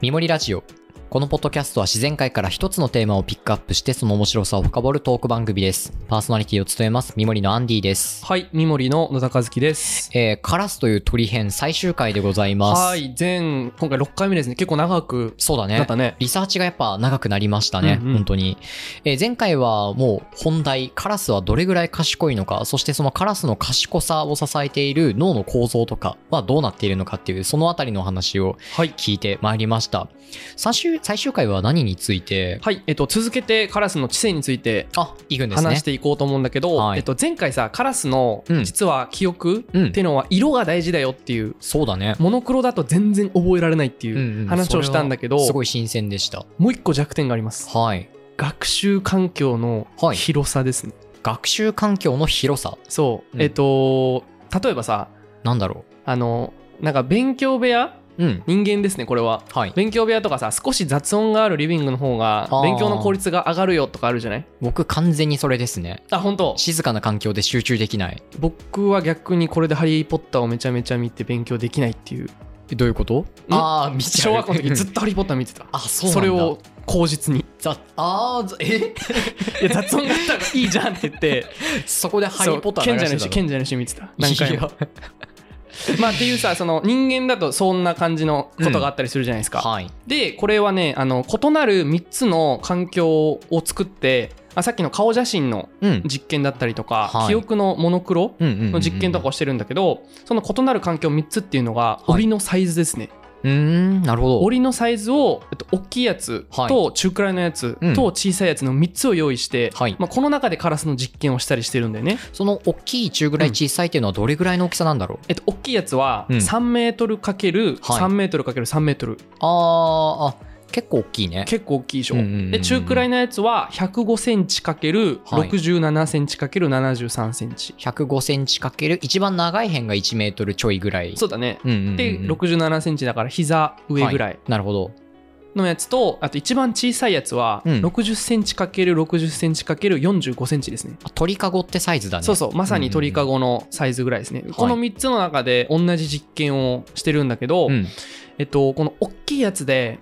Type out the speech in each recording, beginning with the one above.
みもりラジオ。このポッドキャストは自然界から一つのテーマをピックアップしてその面白さを深掘るトーク番組です。パーソナリティを務めます、みもりのアンディです。はい、ミモリの野田和樹です。えー、カラスという鳥編最終回でございます。はい、前、今回6回目ですね。結構長くそうだね。なったね。リサーチがやっぱ長くなりましたね、うんうん本当に、えー前回はもう本題カラスはどれぐらい賢いのかそしてそのカラスの賢さを支えている脳の構造とかはどうなっているのかっていうそのあたりの話をはい。聞いてまいりました最終最終回は何についてはい、えっと、続けてカラスの知性についてあいくんですね話していこうと思うんだけど、はいえっと、前回さ、カラスのうん実は記憶うんっていうのは色が大事だよっていう、そうだねモノクロだと全然覚えられないってうんいううん話をしたんだけど、すごい新鮮でしたもう一個弱点があります。はい学習環境のはい広さですね。学習環境の広さそう、うんえっと、例えばさ、なんだろあの、なんか勉強部屋ううん人間ですね、これは。はい勉強部屋とかさ少し雑音があるリビングの方があー勉強の効率が上がるよとかあるじゃない僕完全にそれですねあ本当静かな環境で集中できない僕は逆にこれで「ハリー・ポッター」をめちゃめちゃ見て勉強できないっていうえどういうことああ、見ちゃ小う学校の時ずっと。と「ハリー・ポッター」見てた あ、そうなんそだ。れを口 実にざ、ああ、ざえ 「いや雑音があったらいいじゃん」って言ってそこでハリー・ポッターそう賢流者のしてた石の賢者の石見てた何何回回もも。まあっていうさその人間だとそんな感じのことがあったりするじゃないですか、 はい。でこれはねあの異なる3つの環境を作ってあさっきの顔写真のうん。実験だったりとか、はい記憶のモノクロうんうんうんうんの実験とかをしてるんだけど、その異なる環境3つっていうのがい檻のサイズですね、うーんなるほど檻のサイズを、えっと、大きいやつはいと中くらいのやつうんと小さいやつの3つを用意して、はいまあ、この中でカラスの実験をしたりしてるんだよね、その大きい中ぐらい小さいっていうのはどれぐらいの大きさなんだろう、えっと、大きいやつはうん3メートル ×3 メートル ×3 メートルあーあ結構大きいね結構大きいでしょ、うんうんうんうんで中くらいのやつは105センチ ×67 センチ ×73 センチ105センチかける一番長い辺が1メートルちょいぐらいそうだねうんうんうんうんで67センチだから膝上ぐらいなるほどのやつとあと一番小さいやつはうん6 0ンチ ×60 センチ ×45 センチですねあ鳥かごってサイズだねそうそうまさに鳥かごのサイズぐらいですね、んこの3つの中で同じ実験をしてるんだけど、ん、えっとこの大きいやつで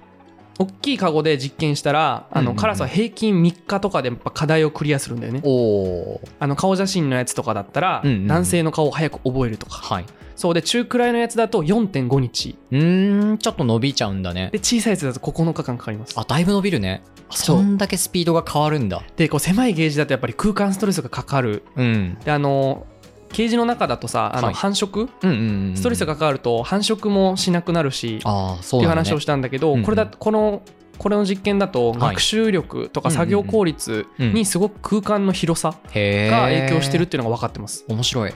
大きいカゴで実験したらうんあうんのうんカラスは平均3日とかでやっぱ課題をクリアするんだよね、おおーあの顔写真のやつとかだったらうんうんうん男性の顔を早く覚えるとか、はいそうで中くらいのやつだと4.5日うーんちょっと伸びちゃうんだねで小さいやつだと9日間かかりますあだいぶ伸びるねあそうそんだけスピードが変わるんだでこう狭いゲージだとやっぱり空間ストレスがかかるうんであのケージの中だとさあはのい繁殖、うんうんうんうんストレスがかかると繁殖もしなくなるし、っああそてういうなんだ、ね、話をしたんだけど、うんうんこれだこのこれの実験だとい学習力とかうんうんうん作業効率にすごく空間の広さへーが影響してるっていうのが分かってます。面白い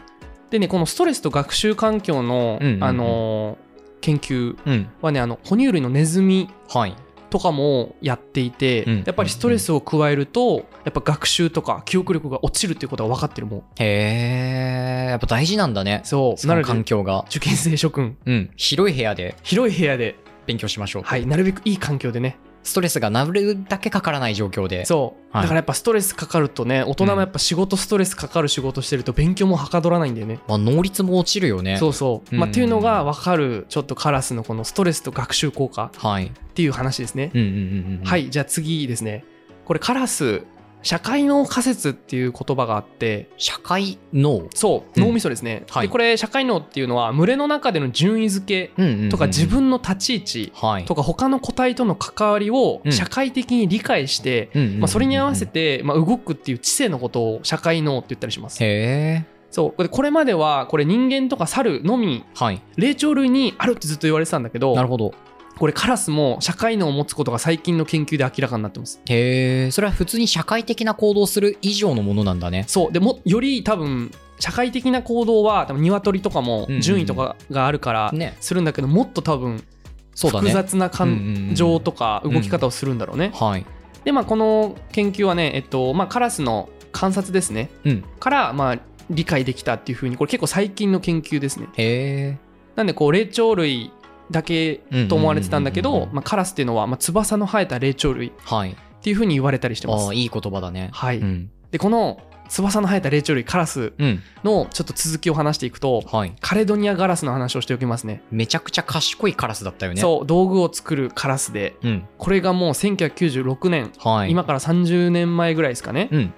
でねこのストレスと学習環境の、うんうんうんあの研究うんはねあの哺乳類のネズミはいとかもやっていて、うんやっぱりストレスを加えるとやっぱ学習とか記憶力が落ちるっていうことが分かってるもん。へえやっぱ大事なんだねそうそなのので環境が受験生諸君うん広い部屋で広い部屋で、勉強しましょう、はい、なるべくいい環境でねストレスがなるだけかからない状況でそう、はいだからやっぱストレスかかるとね大人もやっぱ仕事ストレスかかる仕事してると勉強もはかどらないんだよね、まあ、能率も落ちるよねそうそう、まあ、うんっていうのが分かるちょっとカラスのこのストレスと学習効果はいっていう話ですね、うんうんうんうんはいいじゃあ次ですねこれカラス社会脳仮説っていう言葉があって社会能そううん脳みそですね、はいでこれ社会脳っていうのは群れの中での順位付うんうんうんうけんとか自分の立ち位置はいとか他の個体との関わりをうん社会的に理解して、うんうんうんうんまあ、それに合わせて、まあ、動くっていう知性のことを社会脳って言ったりします。へえそうでこれまではこれ人間とか猿のみはい霊長類にあるってずっと言われてたんだけどなるほどこれカラスも社会脳を持つことが最近の研究で明らかになってます。へえそれは普通に社会的な行動をする以上のものなんだねそうでもより多分社会的な行動は多分鶏とかもうんうん順位とかがあるからねするんだけどもっと多分そうだ複ね雑なうんうんう感ん情とか動き方をするんだろうね。はいでまあこの研究はね、えっとまあ、カラスの観察ですねうんから、まあ、理解できたっていうふうにこれ結構最近の研究ですねへえなんでこう霊長類だけと思われてたんだけうんうんうんどうんまあカラスっていうのは、まあ、翼の生えた霊長類っはいていうふうに言われたりしてまあすあいい言葉だねはい、うんでこの翼の生えた霊長類カラスうん。のちょっと続きを話していくとはい。カレドニアガラスの話をしておきますねめちゃくちゃ賢いカラスだったよね。そう道具を作るカラスでう。うん。これがもう1996年、はい。今から30年前ぐらいですかね、うん。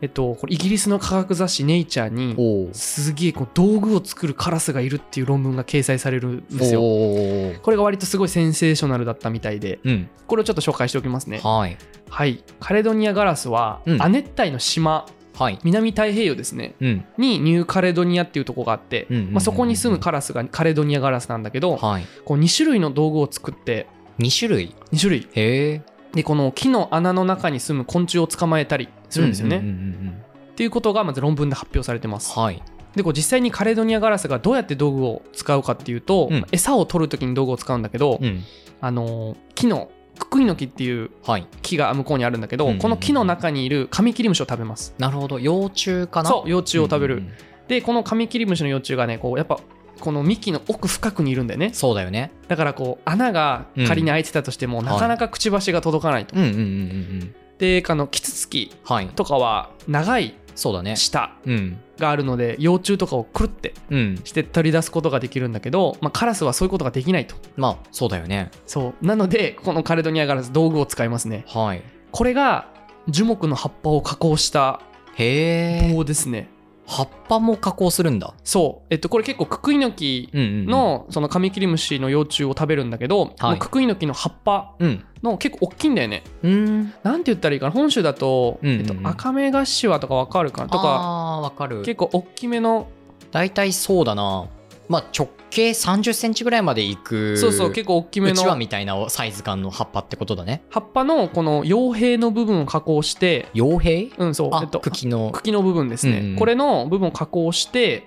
えっと、これイギリスの科学雑誌「ネイチャーにおお。すげえこう道具を作るカラスがいるっていう論文が掲載されるんですよ。おお。これが割とすごいセンセーショナルだったみたいでうん。これをちょっと紹介しておきますね。はい。はい、カレドニアガラスは、うん亜熱帯の島はい。南太平洋ですねうん。にニューカレドニアっていうとこがあって、うんうんうんうんまあ、そこに住むカラスがカレドニアガラスなんだけどはい。こう2種類の道具を作って二種類。 2種類へえ。でこの木の穴の中に住む昆虫を捕まえたりするんですよね。うんうんうんうんっていうことがまず論文で発表されてます。はい。でこう実際にカレドニアガラスがどうやって道具を使うかっていうと、うん餌を取る時に道具を使うんだけど、うん。あのー木のクックリの木っていうはい。木が向こうにあるんだけど、うんうんうんこの木の中にいるカミキリムシを食べます。なるほど。幼虫かなそう幼虫を食べる、うんうんうんでこのカミキリムシの幼虫がねこうやっぱこの幹の奥深くにいるんだよねそうだよね。だからこう穴が仮に開いてたとしても、んなかなかくちばしが届かないと、うんうんうんうんうん。であのキツツキはい。とかは長いそうだね。舌うん。があるので幼虫とかをくるってうん。して取り出すことができるんだけど、まあ、カラスはそういうことができないとまあ、そうだよね。そうなのでこのカレドニアガラス道具を使いますねはい。これが樹木の葉っぱを加工したへえ。棒ですね、葉っぱも加工するんだ。そうえっとこれ結構ククイノキうんうんうん。、のそのカミキリムシの幼虫を食べるんだけど、はいもうククイノキの葉っぱうん。の結構大きいんだよねうん。なんて言ったらいいかな本州だと、うんうんえっと、赤目ガシワとかわかるかなとかああー、わかる。結構大きめの大体そうだな。まあ、直径30センチぐらいまでいく。そうそう結構大きめうのちわみたいなサイズ感の葉っぱってことだね。葉っぱのこの傭兵の部分を加工して傭兵うんそうあ、えっと茎の。茎の部分ですね、うんうんこれの部分を加工して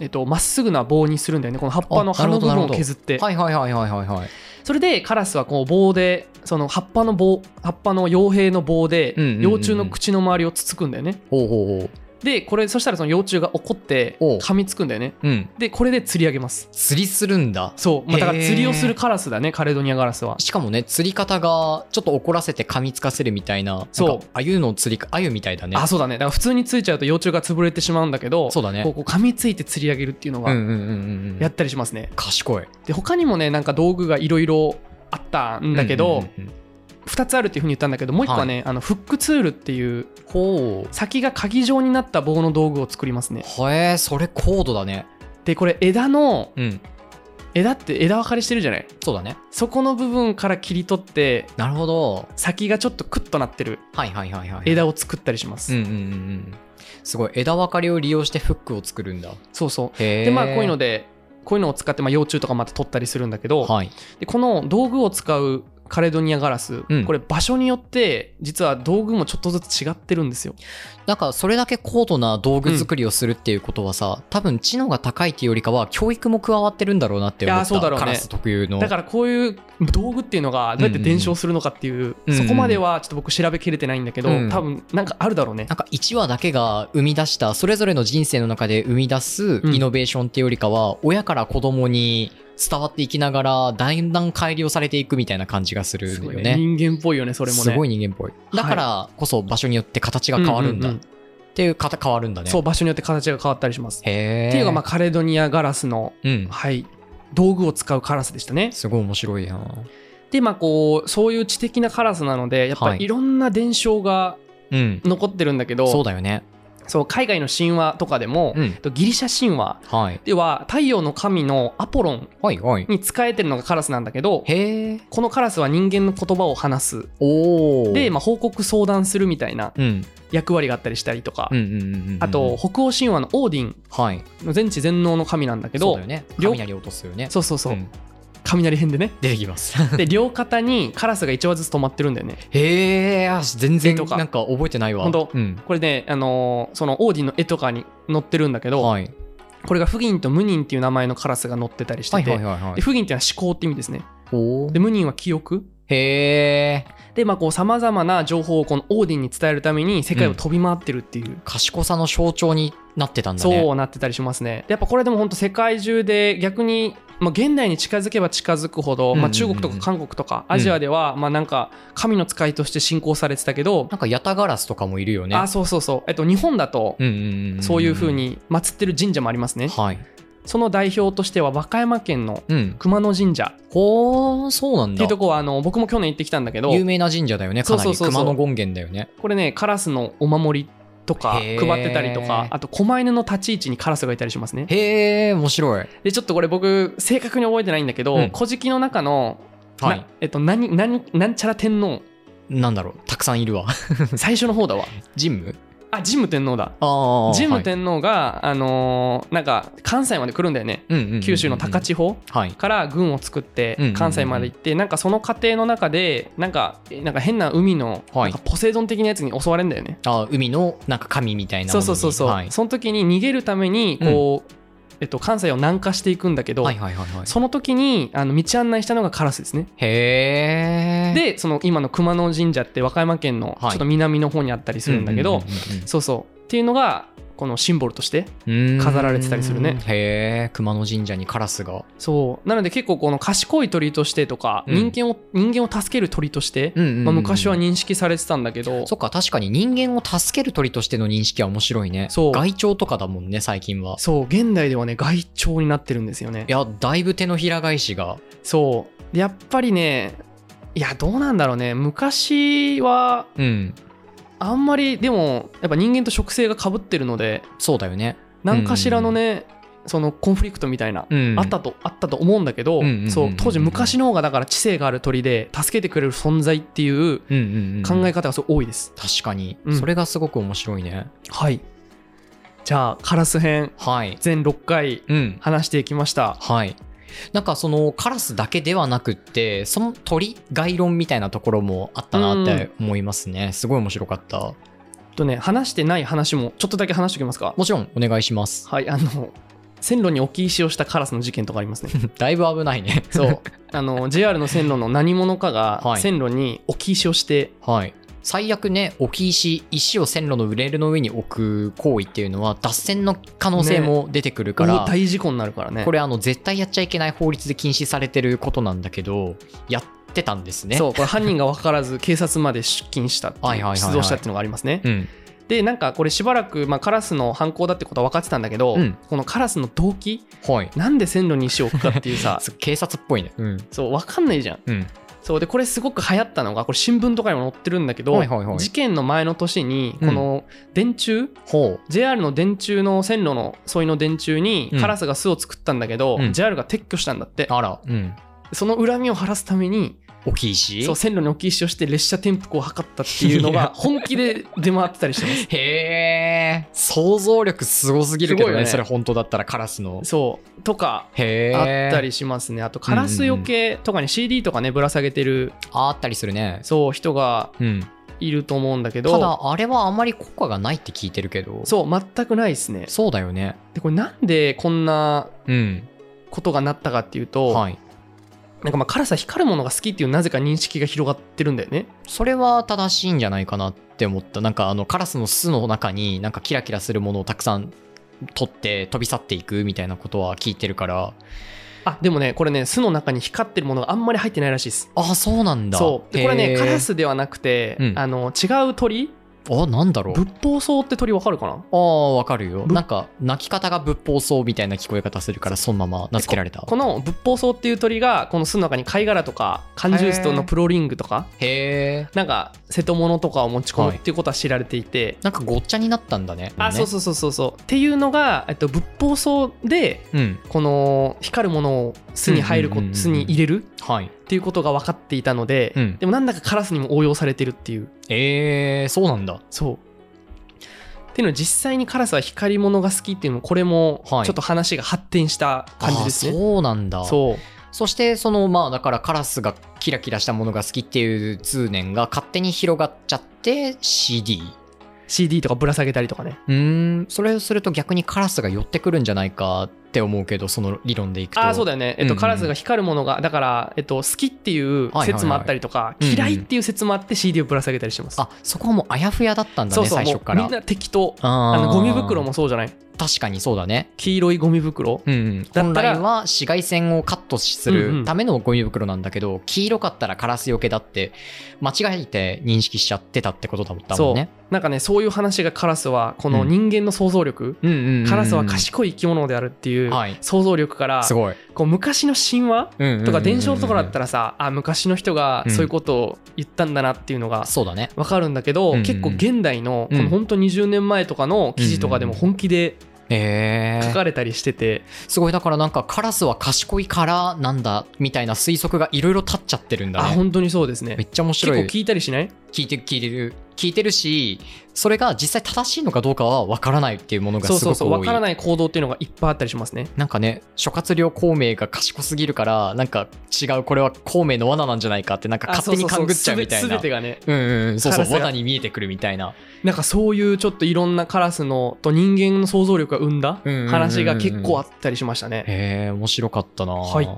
えっとまっすぐな棒にするんだよねこの葉っぱのあな葉るのほ部ど分を削って、はいはいはいはいはいはい。それでカラスはこう棒でその葉っぱの棒葉っぱの傭兵の棒でうんうんうんうん幼虫の口の周りをつつくんだよねほうほうほでこれそしたらその幼虫が怒っておう噛みつくんだよねう。うん。でこれで釣り上げます釣りするんだ。そう、まあ、だから釣りへをーするカラスだねカレドニアガラスはしかもね、釣り方がちょっと怒らせて噛みつかせるみたいな。そうなんかあゆの釣りか、あゆみたいだね。あそうだねだから普通についちゃうと幼虫が潰れてしまうんだけどそうだねこうこう噛みついて釣り上げるっていうのうんがうんうんうんうん。やったりしますね、賢い。で他にもねなんか道具がいろいろあったんだけうど、んうんうんうん、 2つあるっていうふうに言ったんだけどもう1個はね、あのフックツールっていうほ先が鍵状になった棒の道具を作りますねう。へえ、それ高度だね。でこれ枝のうん。枝って枝分かれしてるじゃないそうだね。そこの部分から切り取ってなるほど。先がちょっとクッとなってるはいはいはいはい。枝を作ったりします、うんうんうんうん。すごい。枝分かれを利用してフックを作るんだ。そうそうへえ。でまあこういうのでこういうのを使ってまあ幼虫とかまた取ったりするんだけど、はい。でこの道具を使うカレドニアガラス、うんこれ場所によって実は道具もちょっとずつ違ってるんですよなんかそれだけ高度な道具作りをするっていうことはさ、多分知能が高いっていうよりかは教育も加わってるんだろうなって思いっやたそうだろうねカラス特有のだからこういう道具っていうのがどうやって伝承するのかっていう、うんうんそこまではちょっと僕調べきれてないんだけど、うん多分なんかあるだろうねな。んか1話だけが生み出したそれぞれの人生の中で生み出すんイノベーションっていうよりかは、親から子供に伝わっていきながらだんだん改良されていくみたいな感じがするすんだごよいねね人間っぽいよねそれもね。すごい人間っぽいだからこそ場所によって形が変わるんだうっうていう方変わるんだねそう場所によって形が変わったりします。っへえていうのがまあカレドニアガラスの、うんはい、道具を使うカラスでしたね。すごい面白いやんでまあこうそういう知的なカラスなのでやっぱはいりいろんな伝承がうん残ってるんだけど、そうだよねそう海外の神話とかでも、うんとギリシャ神話はいでは太陽の神のアポロンはいはいに仕えてるのがカラスなんだけどへえこのカラスは人間の言葉を話すおおで、まあ、報告相談するみたいなうん役割があったりしたりとか、うんうんうんうんうんあと北欧神話のオーディンはいの全知全能の神なんだけそうどだよね両雷落とすよねそうそうそう、ん雷編で ね出てきますで両肩にカラスが1羽ずつ止まってるんだよねへえ全然絵とかなんか覚えてないわほんとうんこれね、あのーそのオーディンの絵とかに載ってるんだけど、はいこれがフギンとムニンっていう名前のカラスが載ってたりしてはいて、はいはいはでいフギンっていうのは思考って意味ですねおでームニンは記憶へえでまあこうさまざまな情報をこのオーディンに伝えるために世界を飛び回ってるっていう、賢さの象徴になってたんだねそうなってたりしますね。でやっぱこれでも本当世界中で逆にまあ、現代に近づけば近づくほうんど、うんまうあ、ん中国とか韓国とかアジアでは、まあ、なんか神の使いとして信仰されてたけど、なんかヤタガラスとかもいるよねあそうそうそう、えっと、日本だとうんうんんんそういうふうに祀ってる神社もありますね、はいその代表としては和歌山県のうん熊野神社ほーそうなんっていだうとこはあの僕も去年行ってきたんだけど有名な神社だよねかなそうりそうそうそう熊野権現だよねこれねカラスのお守りとかへ配ーってたりとかあと狛犬の立ち位置にカラスがいたりしますねへえ面白いでちょっとこれ僕正確に覚えてないんだけど「うん古事記」の中の、はないえっと、何何なんちゃら 天皇なんだろうたくさんいる わ最初の方だわジムあ神武天皇だああ神武はい天皇が、あのーなんか関西まで来るんだよねうんうんうんうん九州の高千穂はいから軍を作ってうんうんうん関西まで行ってなんかその過程の中でなんかえなんか変な海のはないんかポセイドン的なやつに襲われるんだよねあー海のなんか神みたいなものそうにそうそうそう、はいその時に逃げるためにこう、えっと、関西を南下していくんだけど、はいはいはいはいその時にあの道案内したのがカラスですね、へえでその今の熊野神社って和歌山県のちょはいっと南の方にあったりするんだけど、そうそうっていうのがこのシンボルとして飾飾られてたりするねへえ熊野神社にカラスがそうなので結構この賢い鳥としてとか、うん人間を人間を助ける鳥として、ままあ、昔は認識されてたんだけど、そっか確かに人間を助ける鳥としての認識は面白いねそう外鳥とかだもんね最近はそう現代ではね外鳥になってるんですよねいやだいぶ手のひら返しがそうでやっぱりねいやどうなんだろうね昔はうんあんまりでもやっぱ人間と植生がかぶってるのでそうだよね何かしらのね、そのコンフリクトみたいな、うんあったとあったと思うんだけど、うんうんうんうんそう当時昔の方がだから知性がある鳥で助けてくれる存在っていううんうんうん考え方がすごい多いです、確かに、うんそれがすごく面白いねはいじゃあカラス編はい全6回うん話していきましたはいなんかそのカラスだけではなくってその鳥概論みたいなところもあったなって思いますね、すごい面白かったとね話してない話もちょっとだけ話しておきますかもちろんお願いします はいあの線路に置き石をしたカラスの事件とかあります ねだいぶ危ないねそうあの JR の線路の何者かがはい線路に置き石をして、 はい最悪ね置き石石を線路のレールの上に置く行為っていうのは脱線の可能性も出てくるから、大大事故になるからねこれあの絶対やっちゃいけない法律で禁止されてることなんだけどやってたんですねそうこれ犯人が分からず警察まで出勤したっていうはいはいはいはい出動したっていうのがありますねうんでなんかこれしばらく、まあ、カラスの犯行だってことは分かってたんだけど、うんこのカラスの動機はいなんで線路に石を置くかってい うさす警察っぽいねうんそう分かんないじゃんうんそうでこれすごく流行ったのがこれ新聞とかにも載ってるんだけど、はいはいはい事件の前の年にうこんの電柱、ほ JR の電柱の線路の沿いの電柱にうんカラスが巣を作ったんだけど、うん JR が撤去したんだってうあらうんその恨みを晴らすために大きいしそう線路に置き石をして列車転覆を図ったっていうのいがや 本気で出回ってたりしてまへえ想像力すごすぎるけどすねごいよねそれ本当だったらカラスのすそうとかへえあったりしますねあとカラスよけとかに CD とかねぶら下げてるあったりするねそう人がうんいると思うんだけどただあれはあんまり効果がないって聞いてるけどそう全くないですねそうだよねでこれなんでこんなうんことがなったかっていうと、はいなんかまあカラスは光るものが好きっていうなぜか認識が広がってるんだよねそれは正しいんじゃないかなって思ったなんかあのカラスの巣の中になんかキラキラするものをたくさん取って飛び去っていくみたいなことは聞いてるからあでもねこれね巣の中に光ってるものがあんまり入ってないらしいですああそうなんだそうでこれへねーカラスではなくて、うんあの違う鳥あなんだろう仏法草って鳥わかるかなああわかるよぶなんか泣き方が仏法僧みたいな聞こえ方するからそのまま名付けられたこの仏法草っていう鳥がこの巣の中に貝殻とか缶ジュースとのプロリングとかへえなんか瀬戸物とかを持ち込むはいっていうことは知られていて、なんかごっちゃになったんだねあそうそそうそうそうそうっていうのが、えっと、仏法草でううんこの光るものを巣に入るうんこうんうんうん巣に入れるはいっていうことが分かっていたので、うんでもなんだかカラスにも応用されてるっていうえー、そうなんだそうっていうのは実際にカラスは光り物が好きっていうのもこれもちょはっいと話が発展した感じですあね、そうなんだそうそしてそのまあだからカラスがキラキラしたものが好きっていう通念が勝手に広がっちゃって CD CD とかぶら下げたりとかねうーんそれをすると逆にカラスが寄ってくるんじゃないかっって思うけど、その理論でいくと。ああそうだよね、えうんっうと、んカラスが光るものがだから、えっと、好きっていう説もあったりといか、はいはいうんうん嫌いっていう説もあって CD をぶら下げたりしてます、あそこはもうあやふやだったんだね、そうそう最も初うから。みんな適当ああーのゴミ袋もそうじゃない確かにそうだね。黄色いゴミ袋、うん、ら本来は紫外線をカットすうんうんるためのゴミ袋なんだけど、黄色かったらカラスよけだって間違えて認識しちゃってたってことだったもんね。なんかねそういう話がカラスはこのうん人間の想像力、うんうんうんカラスは賢い生き物であるっていうはい想像力から、すごい。こう昔の神話とか伝承のところだったららさ、あ昔の人がそういうことを言ったんだなっていうのがそうだね。わかるんだけど、うんうん結構現代のこうのん本当20年前とかの記事とかでもうん本気でえ書ー、かれたりしてて、すごいだからなんかカラスは賢いからなんだみたいな推測がいろいろ立っちゃってるんあだね。本当にそうですめねっちゃ面結白構い。聞いたりしない聞いてる聞いてる聞いてるしそれが実際正しいのかどうかは分からないっていうものがすそごく多ういそうそうわからない行動っていうのがいっぱいあったりしますねなんかね諸葛亮孔明が賢すぎるからなんか違うこれは孔明の罠なんじゃないかってなんか勝手に勘ぐっちゃうみたいなすべてがねうんうんそうカそラスうが罠に見えてくるみたいななんかそういうちょっといろんなカラスのと人間の想像力が生んだうんうんうんうん話が結構あったりしましたね、へえ面白かったな、はい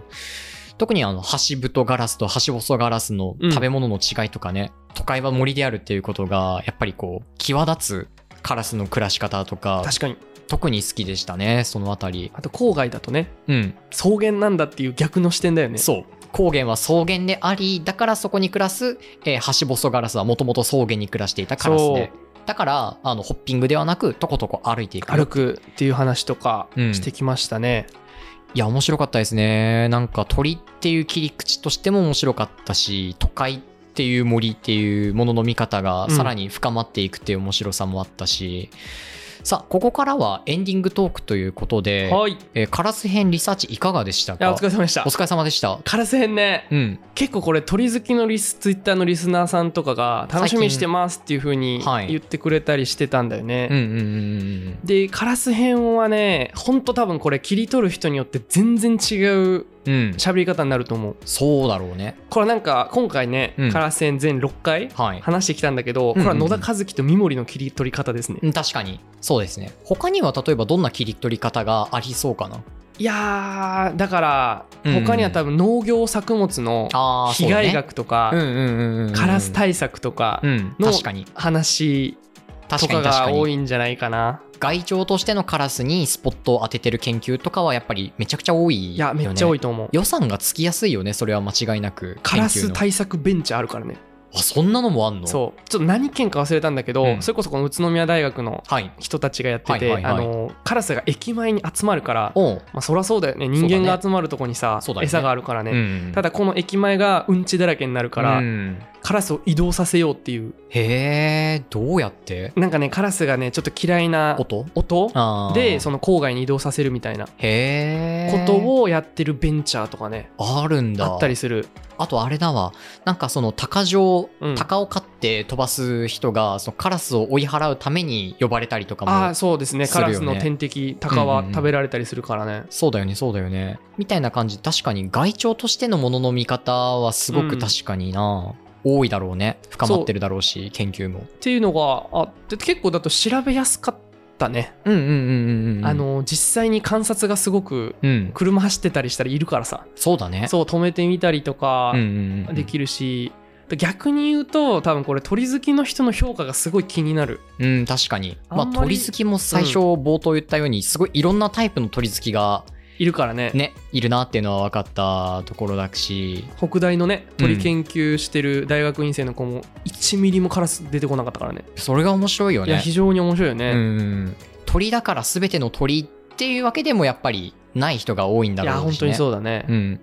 特にあの橋太ガラスと橋細ガラスの食べ物の違いとかね、都会は森であるっていうことがやっぱりこう際立つカラスの暮らし方とか確かに特に好きでしたねそのあたりあと郊外だとねうん草原なんだっていう逆の視点だよねそう高原は草原でありだからそこに暮らす、えーハシボソガラスはもともと草原に暮らしていたカラスでだからあのホッピングではなくとことこ歩いていく歩くっていう話とかうんしてきましたね、いや面白かったですねなんか鳥っていう切り口としても面白かったし都会っていう森っていうものの見方がさらに深まっていくっていう面白さもあったし、さあここからはエンディングトークということで、はいいえーカラス編リサーチいかがでしたやかお疲れ様でしたお疲れ様でしたカラス編ねうん結構これ鳥好きのリスツイッターのリスナーさんとかが楽しみにしてますっていう風にはい言ってくれたりしてたんだよね、うんうんうんうんでカラス編はねほんと多分これ切り取る人によって全然違ううんうん喋り方になると思うそうだろうねこれなんか今回ね、うんカラス編全6回はい話してきたんだけうんど、うんこれは野田和樹と三森の切り取り方ですね、うん確かにそうですね他には例えばどんな切り取り方がありそうかないやーだからうんうん他には多分農業作物のあー被害額とか、そうねうんうんうんうんカラス対策とかうんの確かに話と確かかに確がか多にいんじゃないかな外鳥としてのカラスにスポットを当ててる研究とかはやっぱりめちゃくちゃ多いよ、ね、いやめっちゃ多いいと思う予算がつきやすいよねそれは間違いなくカラ研究スの対策ベンチあるからねあそんなのもあんのそうちょっと何県か忘れたんだけど、うんそれこそこの宇都宮大学のはい人たちがやってて、はいはいはいあのカラスが駅前に集まるからおう、まあそりゃそうだよね人間が集まるとこにさ、そうだね餌があるからね、うんただこの駅前がうんちだらけになるから、うんカラスを移動させようっていうへえどうやってなんかねカラスがねちょっと嫌いな音音あーでその郊外に移動させるみたいなこへえとをやってるベンチャーとかねあるんだあったりするあとあれだわなんかその鷹城、うん鷹を飼って飛ばす人がそのカラスを追い払うために呼ばれたりとかもああーそうですねするカよラねスの天敵タカうはんうんうん食べられたりするからねそうだよねそうだよねみたいな感じ確かに外鳥としてのものの見方はすごうくん確かにな、多いだろうね深まってるだろうし研究もっていうのがあって結構だと調べやすかったね、うんうんうんうんあの実際に観察がすごくうん車走ってたりしたらいるからさそうだねそう止めてみたりとかうんうんうんできるし、逆に言うと多分これ鳥好きの人の評価がすごい気になるうん確かにまああんまり鳥好きも最初冒頭言ったように、すごいいろんなタイプの鳥好きがいるからねねいるなっていうのは分かったところだし北大のねうん鳥研究してる大学院生の子も1ミリもカラス出てこなかったからねそれが面白いよいやね非常に面白いよね、うん、鳥だから全ての鳥っていうわけでもやっぱりない人が多いんだいろうやし、ね、本当にそうだね、うん、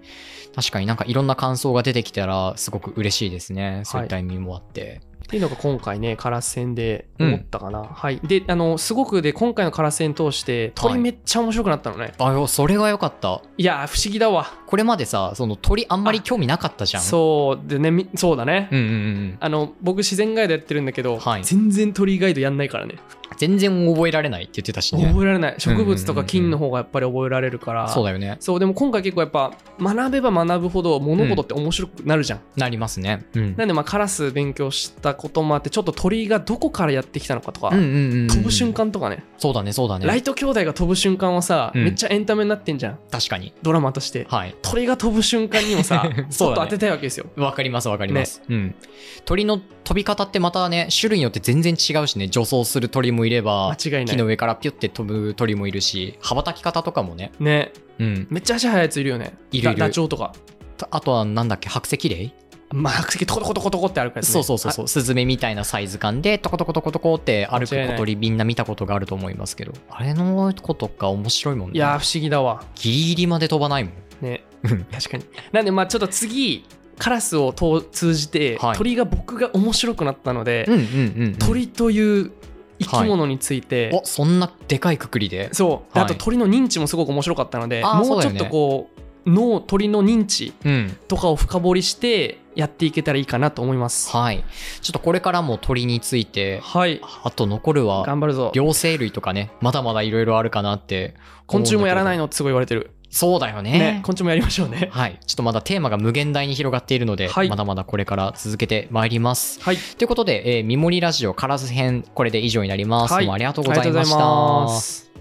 確かになんかいろんな感想が出てきたらすごく嬉しいですねそういった意味もあって、っていうのが今回ねカラス戦で思ったかな、はいであのすごくで今回のカラス戦通して鳥はいめっちゃ面白くなったのね、あよそれが良かったい、や不思議だわこれまでさその鳥あんまり興味なかったじゃんうそうでねみそうだね、んうんうんあの僕自然ガイドやってるんだけど、はい全然鳥ガイドやんないからね全然覚えられないって言ってたしね覚えられない植物とか菌の方がやっぱり覚えられるから、そうだよねそうでも今回結構やっぱ学べば学ぶほど物事って面白くなるじゃん、なりますねうんなんでまあカラス勉強したこともあってちょっと鳥がどこからやってきたのかとか、うんうんうんうん飛ぶ瞬間とかね、そうだねそうだラねイト兄弟が飛ぶ瞬間はさ、うんめっちゃエンタメになってんじゃん確かにドラマとしてはい鳥が飛ぶ瞬間にもさ、ち そょうっとだね当てたいわけですよわかりますわかります、うん鳥の飛び方ってまたね種類によって全然違うしね除草する鳥もいれば間違いな木のい上からピュって飛ぶ鳥もいるし羽ばたき方とかもねねうんめっちゃ足速いやついるよねいるいるダダチョウとかとあとはなんだっけ白石霊まあ白石トコトコトコトコってあるから、ね、そうそうそうそうスズメみたいなサイズ感でトコトコトコトコって歩間違いくな小い鳥みんな見たことがあると思いますけどあれの子とか面白いもんあねいやー不思議だわギリギリまで飛ばないもんねうん確かになんでまあちょっと次カラスをと通じて、はい鳥が僕が面白くなったので、うんうんうん、うん、鳥という生き物について、おそんなでかいくくりでそうではいあと鳥の認知もすごく面白かったので、あーもうちょっとこう脳鳥の認知うんとかを深掘りしてやっていけたらいいかなと思いますはいちょっとこれからも鳥についてはいあと残るは頑張るぞ両生類とかねまだまだいろいろあるかなって昆虫もやらないののってすごい言われてる、そうだよねね昆虫もやりましょうねはいちょっとまだテーマが無限大に広がっているので、はいまだまだこれから続けてまいりますはいということで、えー、ミモリラジオカラス編これで以上になります、はいどうもありがとうございましたありがとうございます